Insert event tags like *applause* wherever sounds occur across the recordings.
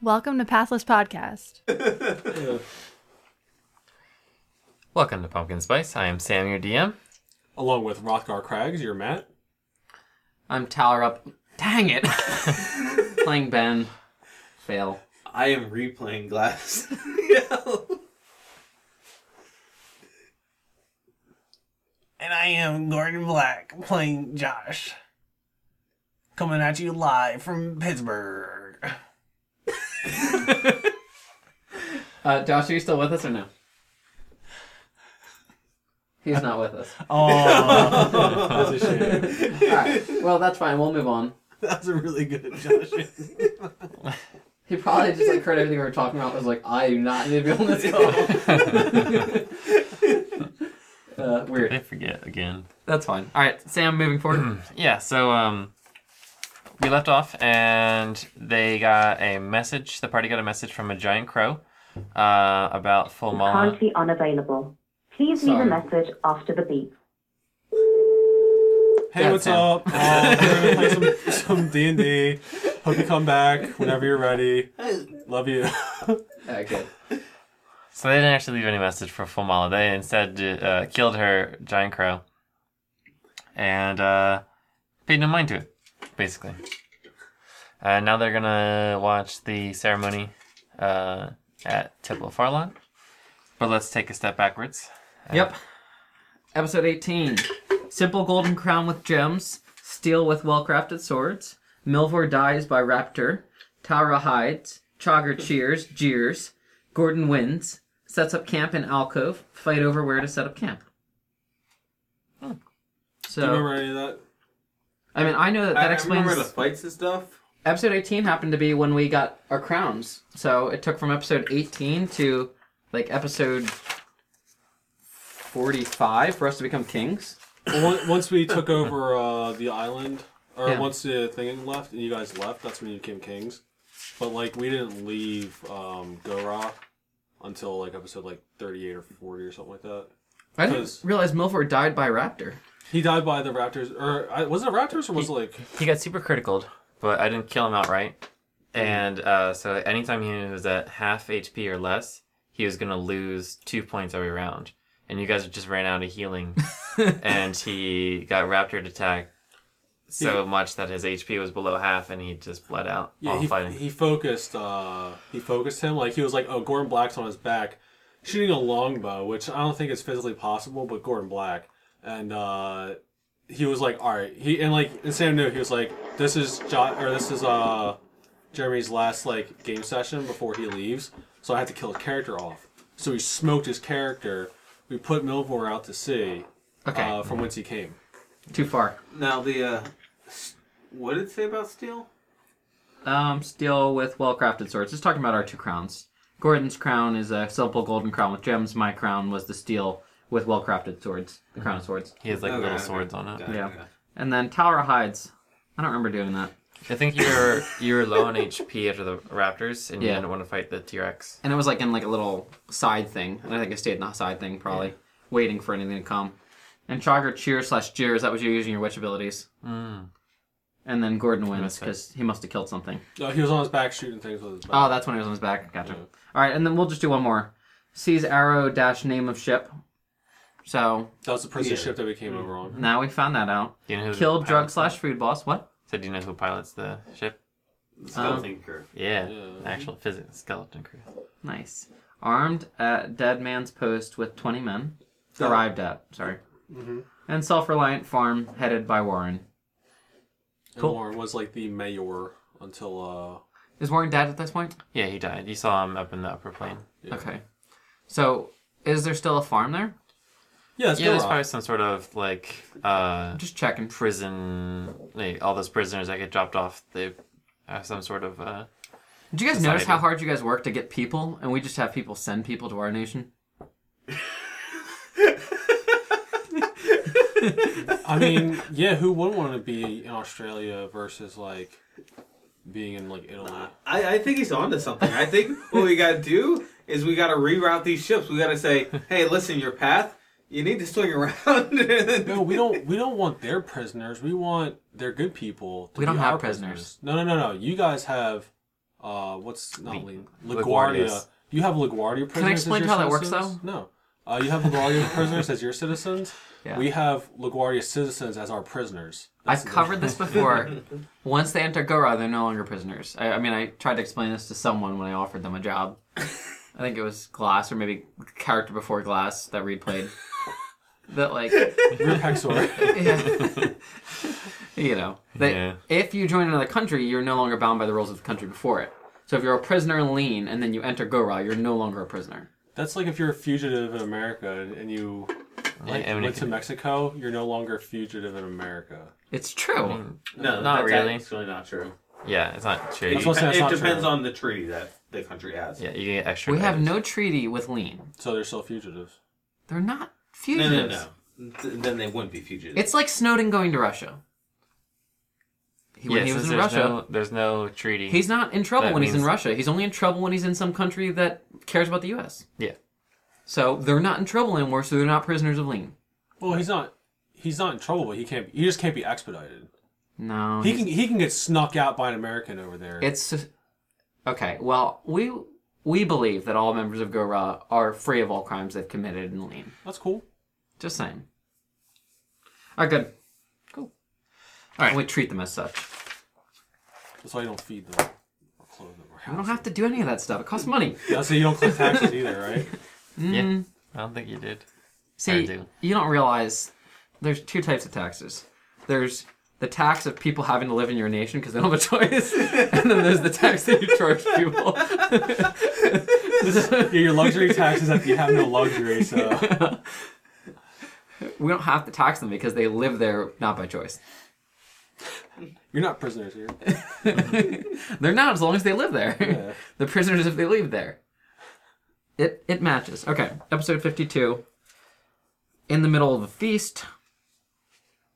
Welcome to Pathless Podcast. Welcome to Pumpkin Spice. I am Sam, your DM. along with Rothgar Crags, you're Matt. I'm tower up. Dang *laughs* it! Playing Ben. Fail. I am replaying Glass. And I am Gordon Black playing Josh. Coming at you live from Pittsburgh. Uh, Josh, are you still with us or no? He's not with us. Oh, *laughs* That's a *laughs* All shame. right. Well, that's fine. We'll move on. That's a really good Josh. He probably just like heard everything we were talking about. and Was like, I do not need to be on this call. *laughs* *laughs* uh, weird. I forget again. That's fine. All right, Sam, moving *clears throat* forward. Yeah, so um, we left off, and they got a message. The party got a message from a giant crow uh, about Full Moon. Currently unavailable. Please leave Sorry. a message after the beep. Hey, Yeah, what's Sam. *laughs* up? Uh, we're gonna play some some D and D. Hope you come back whenever you're ready. *laughs* Love you. Uh, good. So they didn't actually leave any message for Fulmala. They instead uh, killed her giant crow and uh, paid no mind to it, basically. Uh, now they're gonna watch the ceremony uh, at Temple of Farlon. But let's take a step backwards. Yep. Episode 18. Simple golden crown with gems, steel with well crafted swords, Milvor dies by raptor, Tara hides, Chagar cheers, jeers, Gordon wins, sets up camp in alcove, fight over where to set up camp. Do you So, remember any of that? I mean, I know that that I remember the explains. fights and stuff. Episode 18 happened to be when we got our crowns. So it took from episode 18 to like episode 45 for us to become kings. Well, on- once we took over uh, the island, or Yeah. once the thing left and you guys left, that's when you became kings. But like we didn't leave um, Gora until like episode like 38 or 40 or something like that. I didn't Because- realize Milford died by a raptor. He died by the raptors, or I- was it raptors or was it like He got super criticaled, but I didn't kill him outright. And uh, so anytime he was at half HP or less, he was gonna lose two points every round. And you guys just ran out of healing, and he got raptor attack so much that his HP was below half, and he just bled out Yeah, while he, Oh, fighting. he focused. Uh, he focused him like he was like, oh, Gordon Black's on his back, shooting a longbow, which I don't think is physically possible, but Gordon Black, and uh, he was like, all right, he and like and Sam knew he was like, this is John or this is uh, Jeremy's last like game session before he leaves, so I have to kill his character off. So he smoked his character. We put Milvor out to sea, Okay, uh, from whence he came. too far. Now the uh, s- what did it say about steel? Um, still with well-crafted swords. Just talking about our two crowns. Gordon's crown is a simple golden crown with gems. My crown was the steel with well-crafted swords, the crown of swords. He has like Okay, little okay. swords on it. Got it, Yeah. got it. And then Tower Hides. I don't remember doing that. I think you were you were low on HP after the raptors, and you Yeah. didn't want to fight the T Rex. And it was like in like a little side thing. And I think I stayed in a side thing probably, waiting for anything to come. And Chagar cheer slash jeers. That was you using your witch abilities. Mm. And then Gordon wins missed that. because he must have killed something. No, he was on his back shooting things with his back. Oh, that's when he was on his back. Gotcha. All right, and then we'll just do one more. Sees arrow dash name of ship. So that was the prison ship that we came Mm. over on. now we found that out. Do you know who the Killed drug pilots are? slash food boss. What? Um, So do you know who pilots the ship? Skeleton curve. Yeah, Yeah. actual physics skeleton crew. Nice. Armed at dead man's post with twenty men. Arrived at. Sorry. And self reliant farm headed by Warren. And Cool. Warren was like the mayor until uh, Is Warren dead at this point? Yeah, he died. You saw him up in the upper plane. Yeah. Okay. So is there still a farm there? uh yeah, it's Yeah, there's Gilroy. probably some sort of like uh, Just checking. prison. Like, all those prisoners that get dropped off, they have some sort of. Uh, Did you guys notice Society. how hard you guys work to get people, and we just have people send people to our nation? I mean, yeah, who wouldn't want to be in Australia versus like being in like Italy? I, I think he's onto something. I think what we gotta do is we gotta reroute these ships. We gotta say, hey, listen, your path, you need to swing *laughs* No, around. we don't. We don't want their prisoners. We want their good people. To We don't be have our prisoners. No, no, no, no. You guys have uh, what's not Lee, LaGuardia. LaGuardias. You have LaGuardia prisoners. explain as how your that works, citizens? No, uh, you have LaGuardia *laughs* prisoners as your citizens. Yeah. We have LaGuardia citizens as our prisoners. I've covered *laughs* this before. Once they enter Gora, they're no longer prisoners. I, I mean, I tried to explain this to someone when I offered them a job. I think it was Glass, or maybe character before Glass that Reed played. that like, *laughs* Rear Pexor. yeah. you know, that Yeah. if you join another country, you're no longer bound by the rules of the country before it. So if you're a prisoner in Lean and then you enter Gora, you're no longer a prisoner. That's like if you're a fugitive in America and- and you like, I mean, went it to can- Mexico, you're no longer a fugitive in America. It's true. No, Not that's really. actually not true. Yeah, it's not true. It, That's what I'm saying, it's it not depends true. on the treaty that the country has. yeah, you can get extra. We have credits. no treaty with Lean. So they're still fugitives. They're not No, fugitives. no, no. Th- then they wouldn't be fugitives. It's like Snowden going to Russia. He, when Yeah, he was since in there's Russia, No, there's no treaty. he's not in trouble That when he's in means- Russia. He's only in trouble when he's in some country that cares about the U.S. Yeah. So they're not in trouble anymore. So they're not prisoners of lien. Well, he's not. He's not in trouble, but he can't. He just can't be expedited. No, He can. He can get snuck out by an American over there. It's okay. Well, we we believe that all members of Gora are free of all crimes they've committed in lien. That's cool. Just saying. All right, good. Cool. All right, we treat them as such. That's why you don't feed them or clothe them or We house don't have to do any of that stuff. It costs money. them. That's why you don't collect taxes *laughs* either, right? Yeah, I don't think you did. I See, do. you don't realize there's two types of taxes. There's the tax of people having to live in your nation because they don't have a *laughs* choice, and then there's the tax that you charge people. yeah, your luxury taxes after you have no luxury. So *laughs* We don't have to tax them because they live there not by choice. you're not prisoners here. They're not as long as they live there. Yeah. *laughs* the prisoners if they leave there. It it matches. Okay, episode fifty two. In the middle of a feast,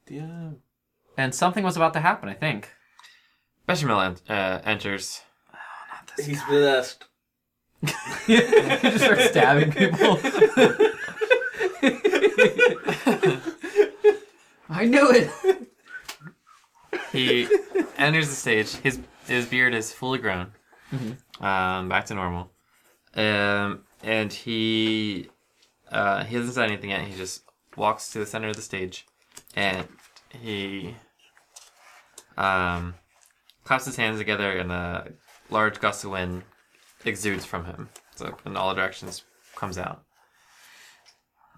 Yeah. and something was about to happen. I think. Bechamel en- uh, enters. He's possessed. You just start stabbing people. I knew it. *laughs* He enters the stage. His his beard is fully grown, um, back to normal, um, and he uh, he hasn't said anything yet. He just walks to the center of the stage, and he um, claps his hands together, and a large gust of wind exudes from him. So in all directions comes out.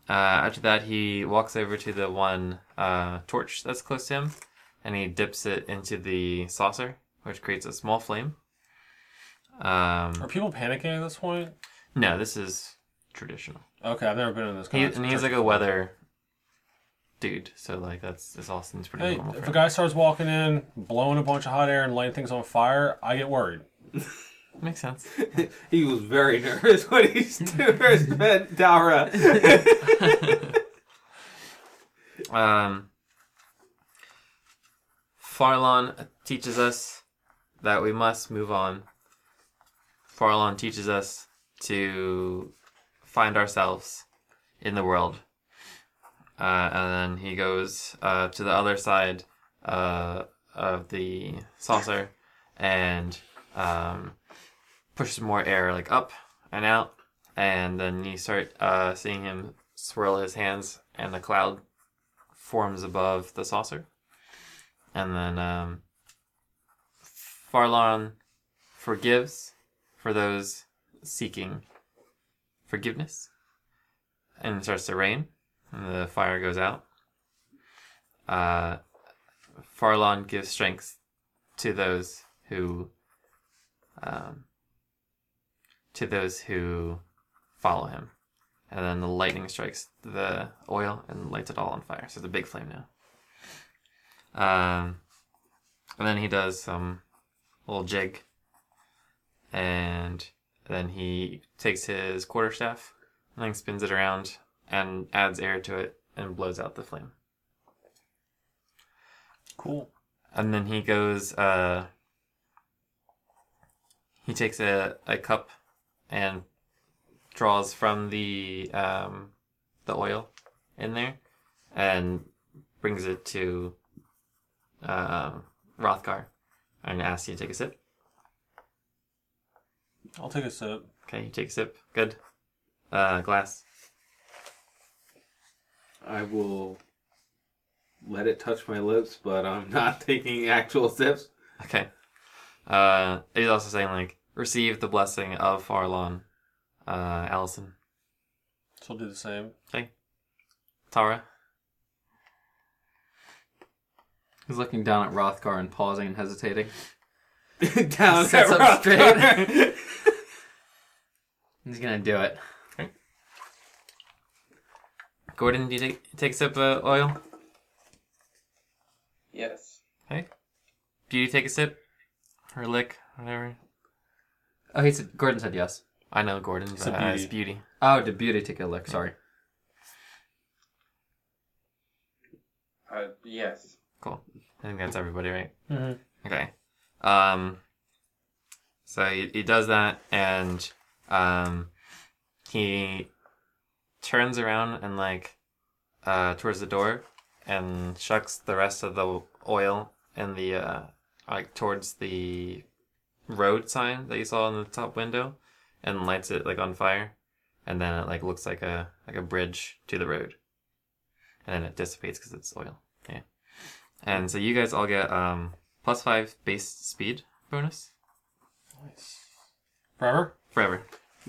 Uh, after that, he walks over to the one uh, torch that's close to him and he dips it into the saucer, which creates a small flame. Um, Are people panicking at this point? no, this is traditional. Okay, I've never been in this. He, kind of and he's church like a before. weather dude, so like that's this all seems pretty Hey, normal. if for a him. guy starts walking in, blowing a bunch of hot air and lighting things on fire, I get worried. Makes sense. He was very *laughs* nervous when he first met Dara. Um, Farlon teaches us that we must move on. Farlon teaches us to find ourselves in the world. Uh, and then he goes uh, to the other side uh, of the saucer and um, pushes more air like up and out. And then you start uh, seeing him swirl his hands, and the cloud forms above the saucer. And then um, Farlon forgives for those seeking forgiveness. And it starts to rain, and the fire goes out. Uh, Farlon gives strength to those who, um, to those who follow him. And then the lightning strikes the oil and lights it all on fire. So it's a big flame now. Um, and then he does some little jig. And then he takes his quarterstaff and then spins it around and adds air to it and blows out the flame. Cool. And then he goes, uh, he takes a, a cup and draws from the, um, the oil in there and brings it to, um, Rothgar and asks you to take a sip. I'll take a sip. Okay, you take a sip. Good. Uh, glass. I will let it touch my lips, but I'm not taking actual sips. Okay. Uh, he's also saying like, receive the blessing of Farlon, uh, Allison, So I'll do the same. Tara. He's looking down at Rothgar and pausing and hesitating. *laughs* Down Sets at up Rothgar. He's gonna do it. Gordon, do you take take a sip of oil? Yes. Do you take a sip or lick, whatever? Oh, he said Gordon said yes. I know Gordon, but a uh, beauty. it's beauty. Oh, did Beauty take a look? Sorry. Uh, yes. Cool. I think that's everybody, right? Mhm. Mm-hmm. Okay. Um. So he, he does that, and um, he turns around and like uh towards the door, and shucks the rest of the oil and the uh like towards the road sign that you saw in the top window, and lights it like on fire, and then it like looks like a like a bridge to the road, and then it dissipates because it's oil. Yeah. And so you guys all get um plus five base speed bonus Forever? forever.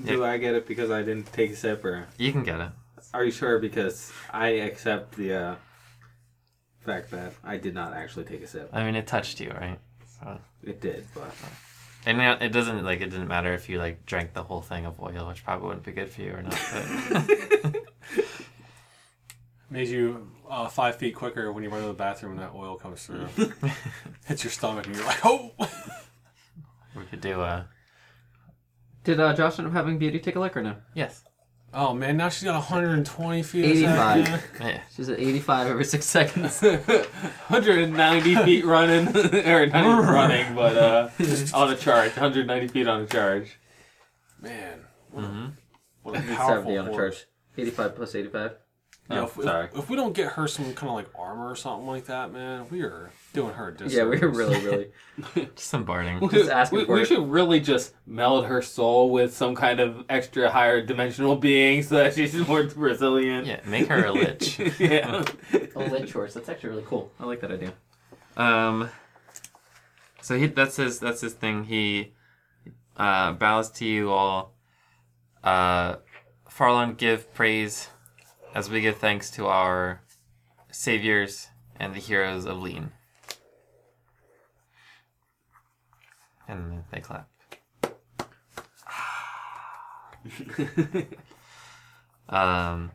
Do I get it because I didn't take a sip, or You can get it. are you sure? Because I accept the uh, fact that I did not actually take a sip. I mean, it touched you, right? So, It did, but and now- it doesn't like it didn't matter if you like drank the whole thing of oil, which probably wouldn't be good for you or not. But Makes you uh, five feet quicker when you run to the bathroom and that oil comes *laughs* through. Hits your stomach and you're like, oh! we could do a Did uh, Josh end up having Beauty take a look or no? yes. *laughs* Oh man, now she's got 120 feet. of 85. sound. Yeah. She's at 85 every six seconds. *laughs* 190 feet running, or not even running, but *laughs* uh, on a charge, 190 feet on a charge. Man, Mm-hmm. hmm what a powerful 70 on a horse. charge. 85 plus 85. Yeah, Oh, if, if- sorry. if we don't get her some kind of like armor or something like that, man, we are doing her a disservice. Yeah, we were really, really. Just some *laughs* barding. Just asking we, for we it. should really just meld her soul with some kind of extra higher dimensional being so that she's *laughs* more resilient. Yeah, make her a lich. *laughs* yeah. Oh, lit shorts. That's actually really cool. I like that idea. Um. So he that's his that's his thing. He uh, bows to you all. Uh, Farlon, give praise as we give thanks to our saviors and the heroes of Lean. And they clap. um.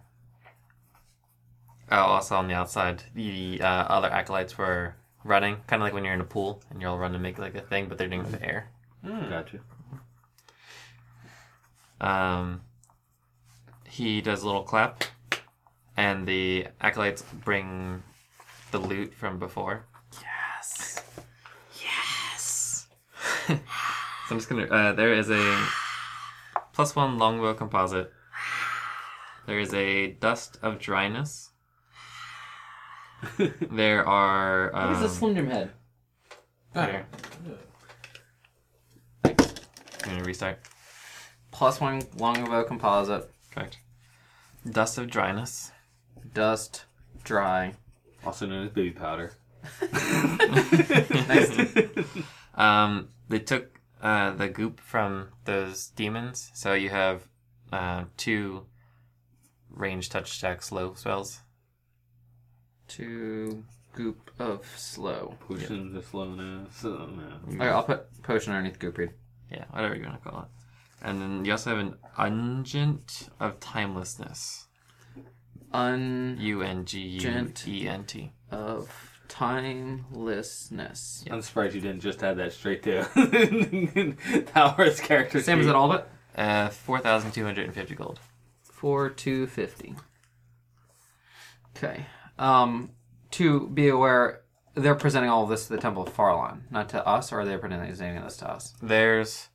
Oh, also on the outside, the uh, other acolytes were running, kind of like when you're in a pool and you're all running to make like a thing, but they're doing it in the air. Hmm. Gotcha. Um, he does a little clap, and the acolytes bring the loot from before. Yes. Yes. *laughs* so I'm just gonna. Uh, there is a plus one longbow composite. There is a dust of dryness. there are. Um, What is a Slim head? there. I'm gonna restart. Plus one longbow composite. Correct. Dust of dryness. Dust. Dry. Also known as baby powder. Um, they took uh, the goop from those demons, so you have uh, two range touch attack slow spells. Two goop of slow. Potions of slowness. Oh, no. Alright, I'll put potion underneath goop read. Yeah, whatever you want to call it. And then you also have an ungent of timelessness. Un U N G U Gent. E N T. of timelessness. I'm surprised you didn't just add that straight *laughs* to Tower's character. Same as sheet. it all, but Uh, four thousand two hundred and fifty gold. four two fifty. Okay. Um, to be aware, they're presenting all of this to the Temple of Farlon, not to us, or are they presenting this to us? There's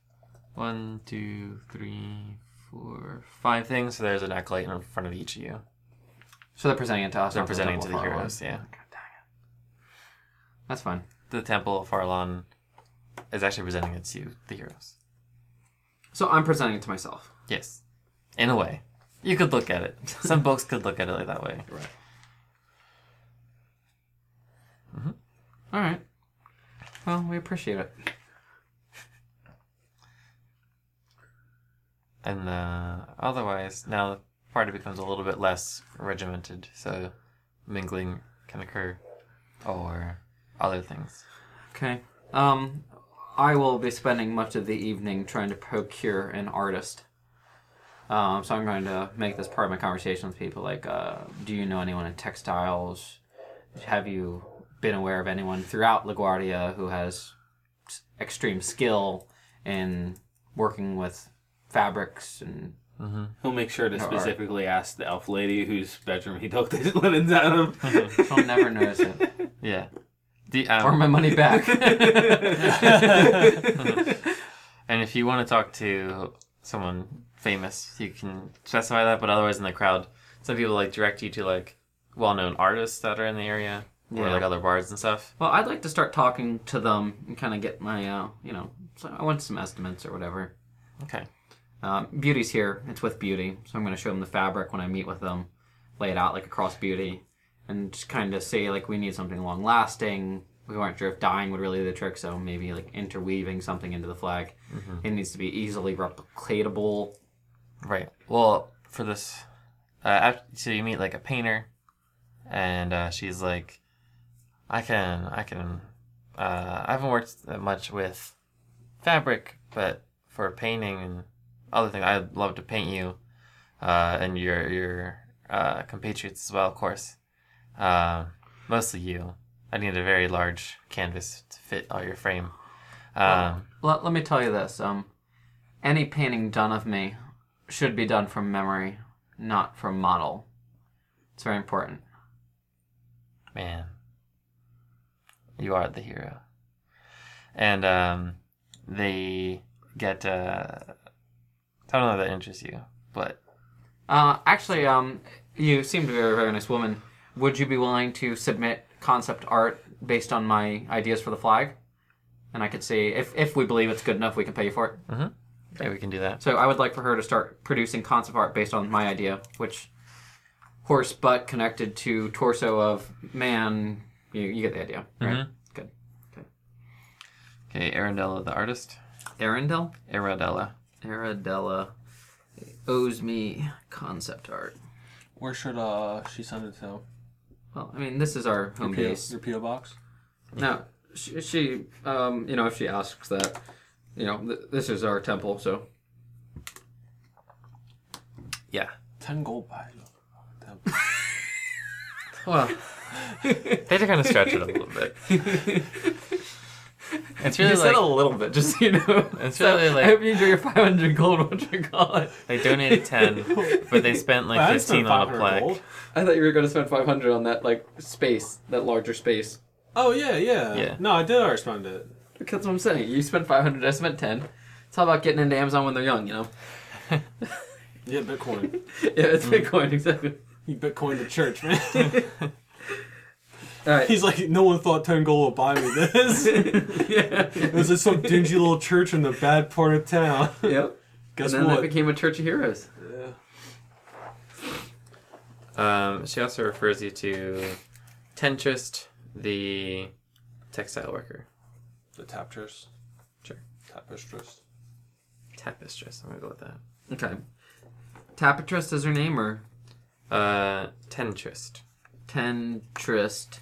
one, two, three, four, five things. So there's an acolyte in front of each of you. So they're presenting it to us. They're not presenting it to Temple the of Farlon. heroes. Yeah, That's fine. the temple of Farlon is actually presenting it to the heroes. So I'm presenting it to myself. Yes. In a way. You could look *laughs* at it. Some books could look at it like that way. Right. All right. Well, we appreciate it. And uh, otherwise, now the party becomes a little bit less regimented, so mingling can occur or other things. Okay. Um, I will be spending much of the evening trying to procure an artist. Um, so I'm going to make this part of my conversation with people. Like, uh, do you know anyone in textiles? Have you been aware of anyone throughout LaGuardia who has s- extreme skill in working with fabrics and He'll make sure to All right. specifically ask the elf lady whose bedroom he took *laughs* the linens out *laughs* of. she'll never notice it Yeah. The, or um, my money back. and if you want to talk to someone famous, you can specify that, but otherwise in the crowd, some people like direct you to like well known artists that are in the area or Yeah. like other bards and stuff. Well, I'd like to start talking to them and kind of get my, uh, you know, so I want some estimates or whatever. Okay. Um, Beauty's here. It's with Beauty, so I'm going to show them the fabric when I meet with them, lay it out like across Beauty, and just kind of say like we need something long lasting. We weren't sure if dyeing would really do the trick, so maybe like interweaving something into the flag. It needs to be easily replicatable. Right. Well, for this, uh, after, so you meet like a painter, and uh, she's like, "I can, I can, uh, I haven't worked that much with fabric, but for painting and other things, I'd love to paint you, uh, and your your uh, compatriots as well, of course. Um mostly you. I need a very large canvas to fit all your frame. Um, Let, let me tell you this: um, any painting done of me should be done from memory, not from model. It's very important. Man, you are the hero. And um, they get. Uh, I don't know if that interests you, but Uh, actually, um, you seem to be a very nice woman. Would you be willing to submit concept art based on my ideas for the flag? And I could see if, if we believe it's good enough, we can pay you for it. yeah, we can do that. So I would like for her to start producing concept art based on my idea, which horse butt connected to torso of man. You, you get the idea, right? Good. Okay, Arendella the artist. Arendelle, Arendella. Arendella owes me concept art. *laughs* Where should uh she send it to? Well, I mean, this is our home P.O. base. Your PO box. No, she, she um, you know, if she asks that, you know, th- this is our temple, so. Yeah. Ten gold by. *laughs* Well, they did kind of stretch it a little bit. It's really like little bit, just so you know. *laughs* It's really like- you enjoy your 500 gold once you call it. they donated ten, but they spent like fifteen on a plaque. I thought you were going to spend 500 on that, like, space, that larger space. Oh yeah, yeah, Yeah. No, I did already spend it. That's what I'm saying. You spent 500, I spent 10. It's all about getting into Amazon when they're young, you know? *laughs* Yeah, Bitcoin. Yeah, it's Bitcoin, exactly. you Bitcoin to church, man. All right. He's like, no one thought ten gold would buy me this. *laughs* yeah. it was just some dingy little church in the bad part of town. Yep. And Guess then that what? became a Church of Heroes. Um, she also refers you to Tentrist, the textile worker. the tapestries. Sure. Tapestries. Tapestress. I'm gonna go with that. Okay. Tapetrist is her name, or Uh, Tentrist. Tentrist.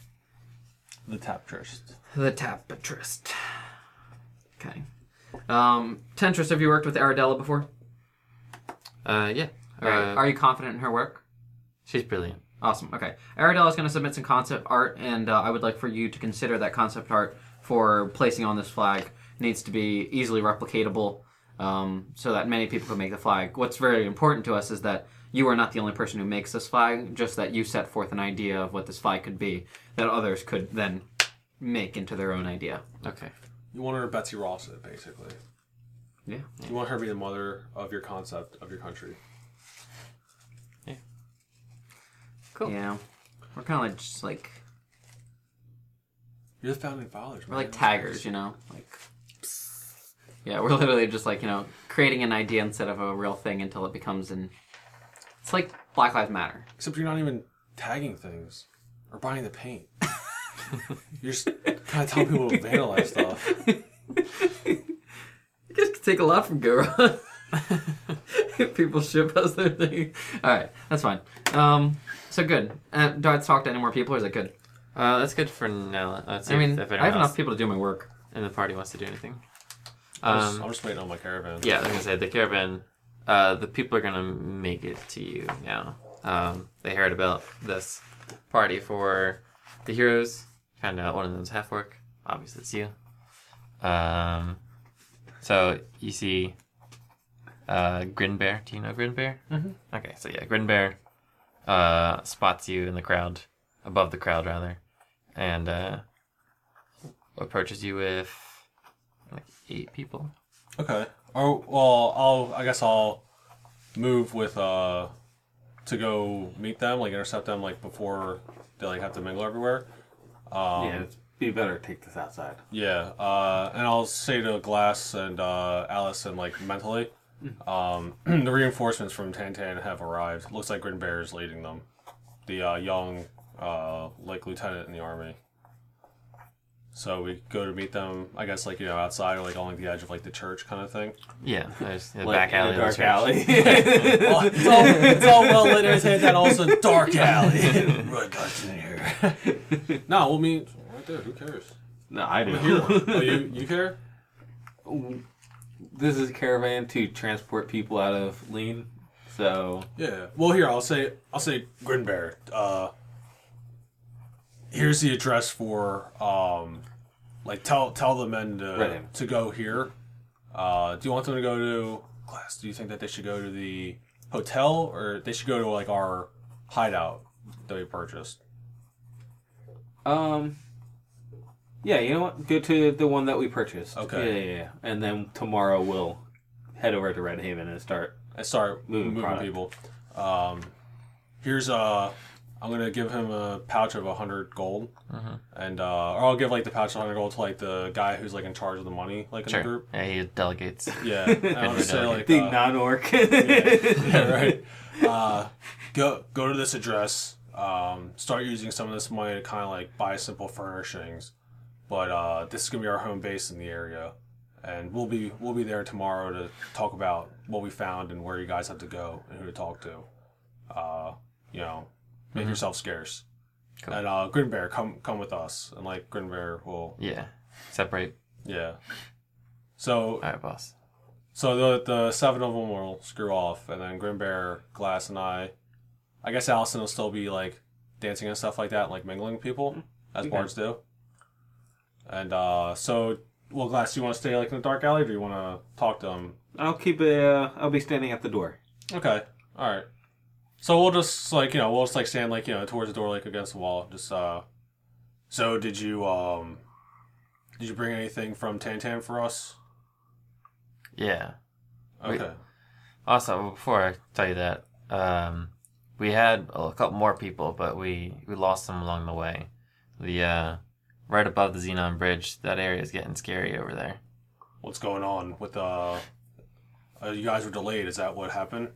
The tapestries. The Tapetrist. Okay. Um, Tentrist, have you worked with Arabella before? Uh, yeah. All right. Uh, Are you confident in her work? She's brilliant. Awesome. Okay. Arabella's going to submit some concept art, and uh, I would like for you to consider that concept art for placing on this flag. needs to be easily replicatable um, so that many people can make the flag. What's very important to us is that you are not the only person who makes this flag, just that you set forth an idea of what this flag could be that others could then make into their own idea. Okay. You want her to Betsy Ross it, basically. Yeah. You want her to be the mother of your concept of your country. Cool. Yeah. We're kind of like, just like You're the founding fathers. we're like man. taggers, you know, like Yeah, we're literally just like, you know, creating an idea instead of a real thing until it becomes an. It's like Black Lives Matter. Except you're not even tagging things or buying the paint. you're just kind of telling people to vandalize stuff. You guys could take a lot from Gura. *laughs* People ship us their thing. Alright, that's fine. Um, so good. Uh, do I have to talk to any more people or is it good? Uh, that's good for now. Let's see I mean, if I anyone have enough else people to do my work. in the party wants to do anything. I'm, just, Um, I'm just waiting on my caravan. yeah, I was gonna say the caravan. Uh, the people are gonna make it to you now. Um, they heard about this party for the heroes. Found out one of them's half work. Obviously, it's you. Um, so you see, uh, Grinbear. Do you know Grinbear? Mm-hmm. Okay, so yeah, Grinbear uh, spots you in the crowd, above the crowd rather, and uh, approaches you with like eight people. Okay. Or well, I'll I guess I'll move with uh to go meet them, like intercept them, like before they like have to mingle everywhere. Um, yeah, yeah. it's, be better to take this outside. Uh, and I'll say to Glass and uh, Allison like mentally, um, *clears throat* the reinforcements from Tantan have arrived. Looks like Grin Bear is leading them. The uh, young uh, like lieutenant in the army. So we go to meet them. I guess like you know outside or like on like the edge of like the church kind of thing. Yeah, there's the back Like, in a alley. of the dark church. *laughs* alley. Well, *laughs* it's, all, it's all well lit entertained that also dark alley. *laughs* right guys in here. *laughs* no, well, I mean, right there. Who cares? no, I *laughs* Oh, do. you you care? this is a caravan to transport people out of lean. So Yeah. Well, here I'll say I'll say Grinbear. Uh, here's the address for um, like tell tell the men to Right. to go here. Uh, do you want them to go to class? Do you think that they should go to the hotel or they should go to like our hideout that we purchased? Um. Yeah, you know what? Go to the one that we purchased. Okay. Yeah, yeah, yeah. And then tomorrow we'll head over to Red Haven and start. I start Moving moving, product. people. Um, here's uh, I'm gonna give him a pouch of hundred gold, Mm-hmm. and uh, or I'll give like the pouch of hundred gold to like the guy who's like in charge of the money, like in the Sure. *laughs* group. Yeah, he delegates. Yeah, and I'll for just say like, The uh, non-orc. *laughs* yeah, right. Uh, go go to this address. Um, start using some of this money to kind of like buy simple furnishings, but uh, this is gonna be our home base in the area, and we'll be we'll be there tomorrow to talk about what we found and where you guys have to go and who to talk to. Uh, you know, make yourself scarce. Cool. And uh, Grinbear, come come with us, and like Grinbear will yeah. Separate. yeah. So All right, boss. so the the seven of them will screw off, and then Grim Bear, Glass, and I. I guess Allison will still be like dancing and stuff like that, like mingling people as bards do. And uh, so, well, Glass, do you want to stay like in the dark alley, or do you want to talk to them? I'll keep a. Uh, I'll be standing at the door. Okay, all right. So we'll just like you know we'll just like stand like you know towards the door like against the wall. Just uh, so did you um, did you bring anything from Tantan for us? Yeah. We- Okay. Also, before I tell you that, um, we had a couple more people, but we, we lost them along the way. The uh, right above the Xenon Bridge, that area is getting scary over there. what's going on with uh, uh you guys were delayed is that what happened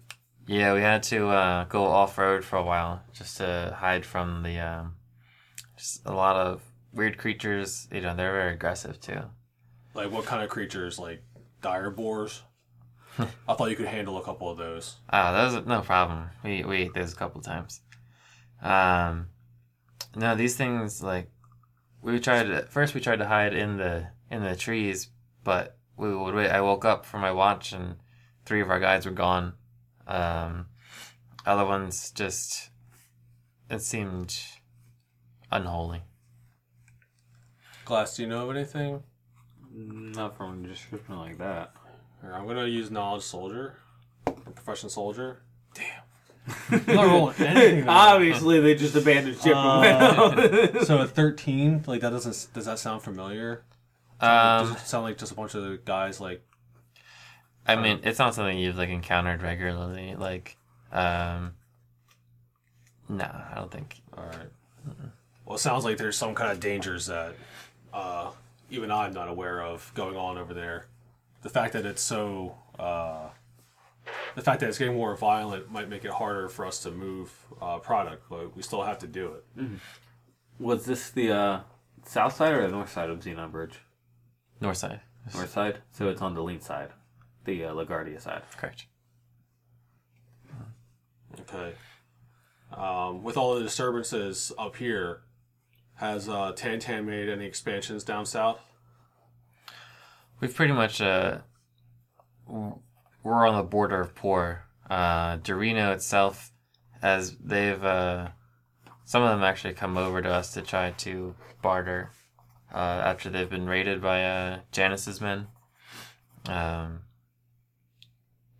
Yeah, we had to uh, go off road for a while just to hide from the um, just a lot of weird creatures. You know, they're very aggressive too. like what kind of creatures like dire boars i thought you could handle a couple of those Ah, that was no problem. We we ate those a couple times. Um, no, these things like we tried to, first. We tried to hide in the in the trees, but we would wait. I woke up from my watch, and three of our guys were gone. Um, other ones just it seemed unholy. glass do you know of anything Not from a description like that. Here, i'm gonna use knowledge soldier or profession soldier I'm not rolling anything. *laughs* Obviously, they just abandoned ship. *laughs* Uh, *laughs* so a 13 like that doesn't does that sound familiar Um, does it sound like just a bunch of the guys like I mean, it's not something you've like encountered regularly. Like, um, no, I don't think. all right well it sounds like there's some kind of dangers that uh even i'm not aware of going on over there the fact that it's so uh, the fact that it's getting more violent might make it harder for us to move uh, product, but we still have to do it. Was this the uh, south side or the north side of Xenon Bridge? North side. North side. So it's on the lean side, the uh, Laguardia side. Correct. Okay. Um, with all the disturbances up here, has uh, Tantan made any expansions down south? We've pretty much uh, w- we're on the border of poor. Uh, Dorino itself, as they've uh, some of them actually come over to us to try to barter uh, after they've been raided by uh, Janice's men. Um,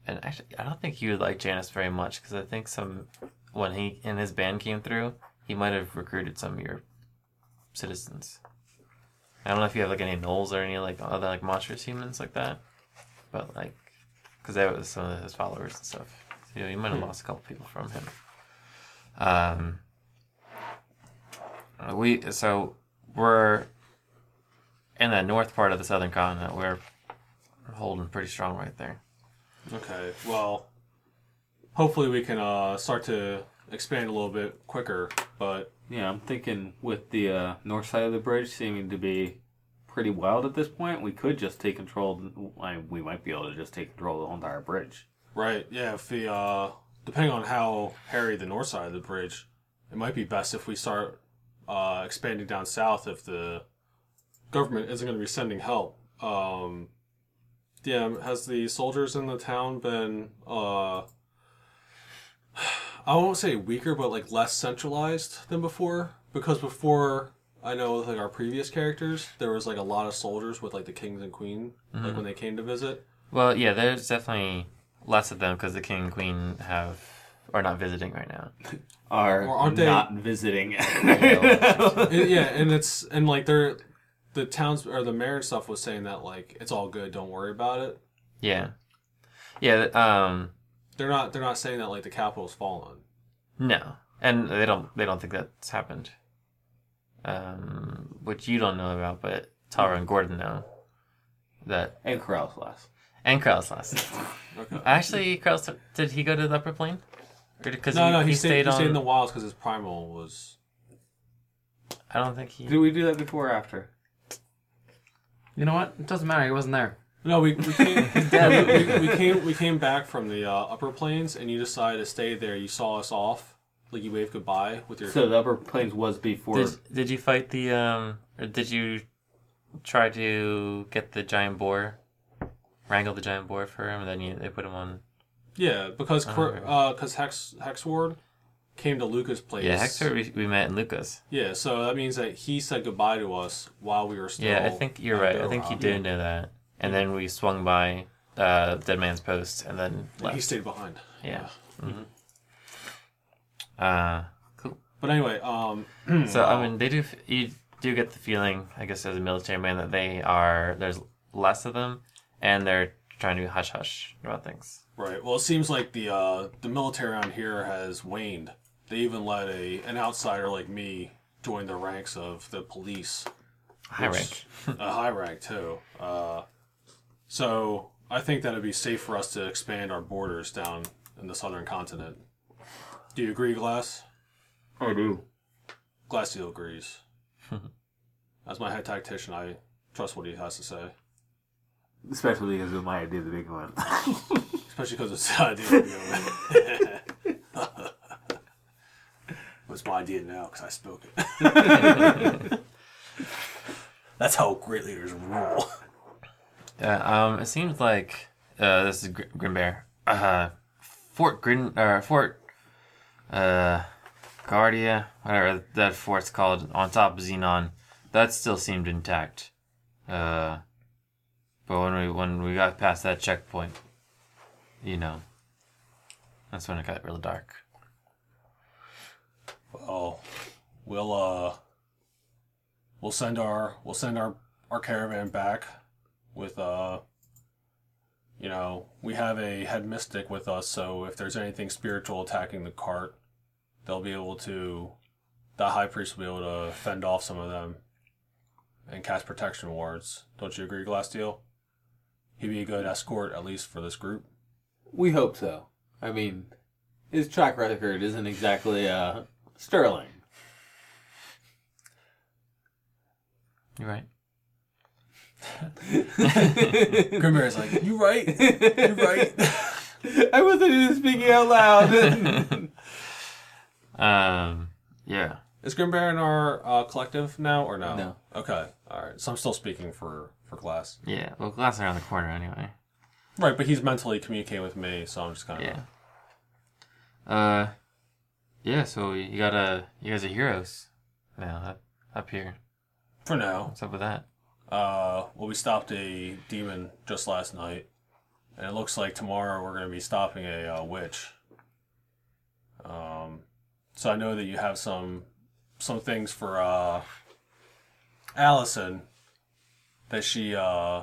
and actually, I don't think he would like Janice very much because I think some when he and his band came through, he might have recruited some of your citizens. I don't know if you have like any gnolls or any like other like monstrous humans like that, but like, because that was some of his followers and stuff. So, you know, you might have lost a couple people from him. Um, uh, we so we're in the north part of the southern continent. We're holding pretty strong right there. Okay, well, hopefully we can uh, start to expand a little bit quicker, but Yeah, I'm thinking with the uh, north side of the bridge seeming to be pretty wild at this point, we could just take control. I mean, we might be able to just take control of the whole entire bridge. Right. Yeah. If the uh, depending on how hairy the north side of the bridge, it might be best if we start uh, expanding down south. If the government isn't going to be sending help. Um, yeah. Has the soldiers in the town been? Uh, I won't say weaker, but like less centralized than before. Because before, I know with like our previous characters, there was like a lot of soldiers with like the kings and queen, like when they came to visit. Well, yeah, there's definitely less of them because the king and queen have are not visiting right now. Are Or aren't they- not visiting. And- yeah, and it's and like they're the towns or the mayor and stuff was saying that like it's all good, don't worry about it. Yeah, yeah. Um, They're not they're not saying that like the capital's fallen. No, and they don't. They don't think that's happened. Um, which you don't know about, but Tara and Gordon know that. *laughs* and Corral's last. And Kraus last. Okay. Actually, Kraus did he go to the upper plane? Or because No, no, he, stayed, he stayed in the wilds because his primal was. I don't think he. Did we do that before or after? You know what? It doesn't matter. He wasn't there. No, we, we *laughs* came we, we came we came back from the uh, upper plains, and you decided to stay there. You saw us off, like you waved goodbye with your. So the upper plains was before. Did, did you fight the um? Or did you try to get the giant boar? Wrangle the giant boar for him, and then you, they put him on. yeah, because Oh, because uh, 'cause Hex Hexward came to Luca's place. Yeah, Hector, we, we met in Lucas. Yeah, so that means that he said goodbye to us while we were still. Yeah, I think you're at right. their I think you rock. did know that. And then we swung by uh, Dead Man's Post and then And He left. stayed behind. Yeah. hmm Uh, cool. But anyway, um, So I mean, they do. f- You do get the feeling, I guess, as a military man, that they are there's less of them, and they're trying to hush hush about things. right. Well, it seems like the uh, the military around here has waned. They even let a an outsider like me join the ranks of the police, High rank. a high rank too. Uh, so I think that it'd be safe for us to expand our borders down in the southern continent. Do you agree, Glass? I do. Glassio agrees. As my head tactician, I trust what he has to say, Especially because of my idea of the big one. especially because it's the idea. of the- But *laughs* it's my idea now because I spoke it. *laughs* That's how great leaders rule. Yeah, um, it seems like uh, this is Gr- Grim Bear. Uh, Fort Grin or Fort uh, Guardia, whatever that fort's called, on top of Xenon, that still seemed intact. Uh, but when we when we got past that checkpoint, you know, that's when it got real dark. Oh, we'll uh, we'll send our we'll send our our caravan back with uh, you know, we have a head mystic with us, so if there's anything spiritual attacking the cart, they'll be able to. The high priest will be able to fend off some of them and cast protection wards. Don't you agree, Glassdeal? he'd be a good escort at least for this group. We hope so. I mean, his track record isn't exactly uh, sterling. You're right. Grimbear is like, you right, you right. *laughs* I wasn't even speaking out *laughs* loud. Um, yeah. Is Grimbear in our uh, collective now or no? No. Okay, all right. So I'm still speaking for for class. Yeah. Well, glass around the corner anyway. Right, but he's mentally communicating with me, so I'm just kind of Yeah. Uh, yeah. So you got a you guys are heroes now up, up here. for now. What's up with that? Uh, well, we stopped a demon just last night, and it looks like tomorrow we're going to be stopping a uh, witch. Um, so I know that you have some some things for uh, Allison that she uh,